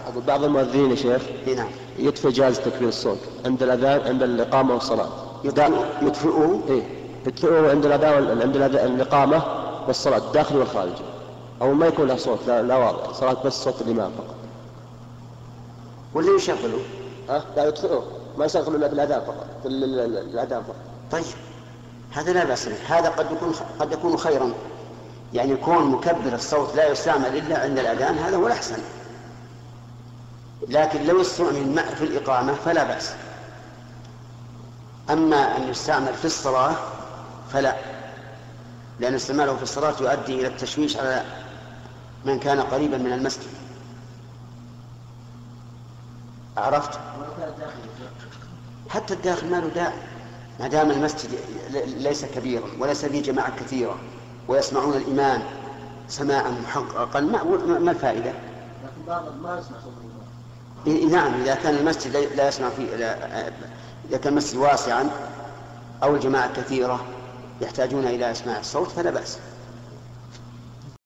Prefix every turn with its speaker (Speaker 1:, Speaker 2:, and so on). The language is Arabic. Speaker 1: أقول بعض المؤذنين يا شيخ
Speaker 2: اي نعم
Speaker 1: يطفي جهاز تكبير الصوت عند الأذان عند الإقامة والصلاة دا-
Speaker 2: يطفئ- يطفئه
Speaker 1: إيه يطفئه عند الأذان وال- عند الأذان الإقامة والصلاة الداخلي والخارجي أو ما يكون له صوت لا, لا واضح صلاة بس صوت الإمام فقط
Speaker 2: ولا يشغله
Speaker 1: ها لا يطفئه ما يشغل إلا بالأذان فقط في ال- ال- ال- الأذان فقط
Speaker 2: طيب هذا لا بأس به هذا قد يكون قد يكون خيرا يعني كون مكبر الصوت لا يستعمل إلا عند الأذان هذا هو الأحسن لكن لو استعمل مع- في الإقامة فلا بأس أما أن يستعمل في الصلاة فلا لأن استعماله في الصلاة يؤدي إلى التشويش على من كان قريبا من المسجد عرفت؟ حتى الداخل ما له داعي ما دام المسجد ل- ليس كبيرا وليس فيه جماعة كثيرة ويسمعون الإمام سماعا محققا ما, ما- ما الفائدة؟
Speaker 3: لكن بعضهم ما يسمع صوت الإمام
Speaker 2: إي- نعم إذا كان المسجد لا- لا يسمع فيه لا إذا كان المسجد واسعا أو الجماعة كثيرة يحتاجون إلى إسماع الصوت فلا بأس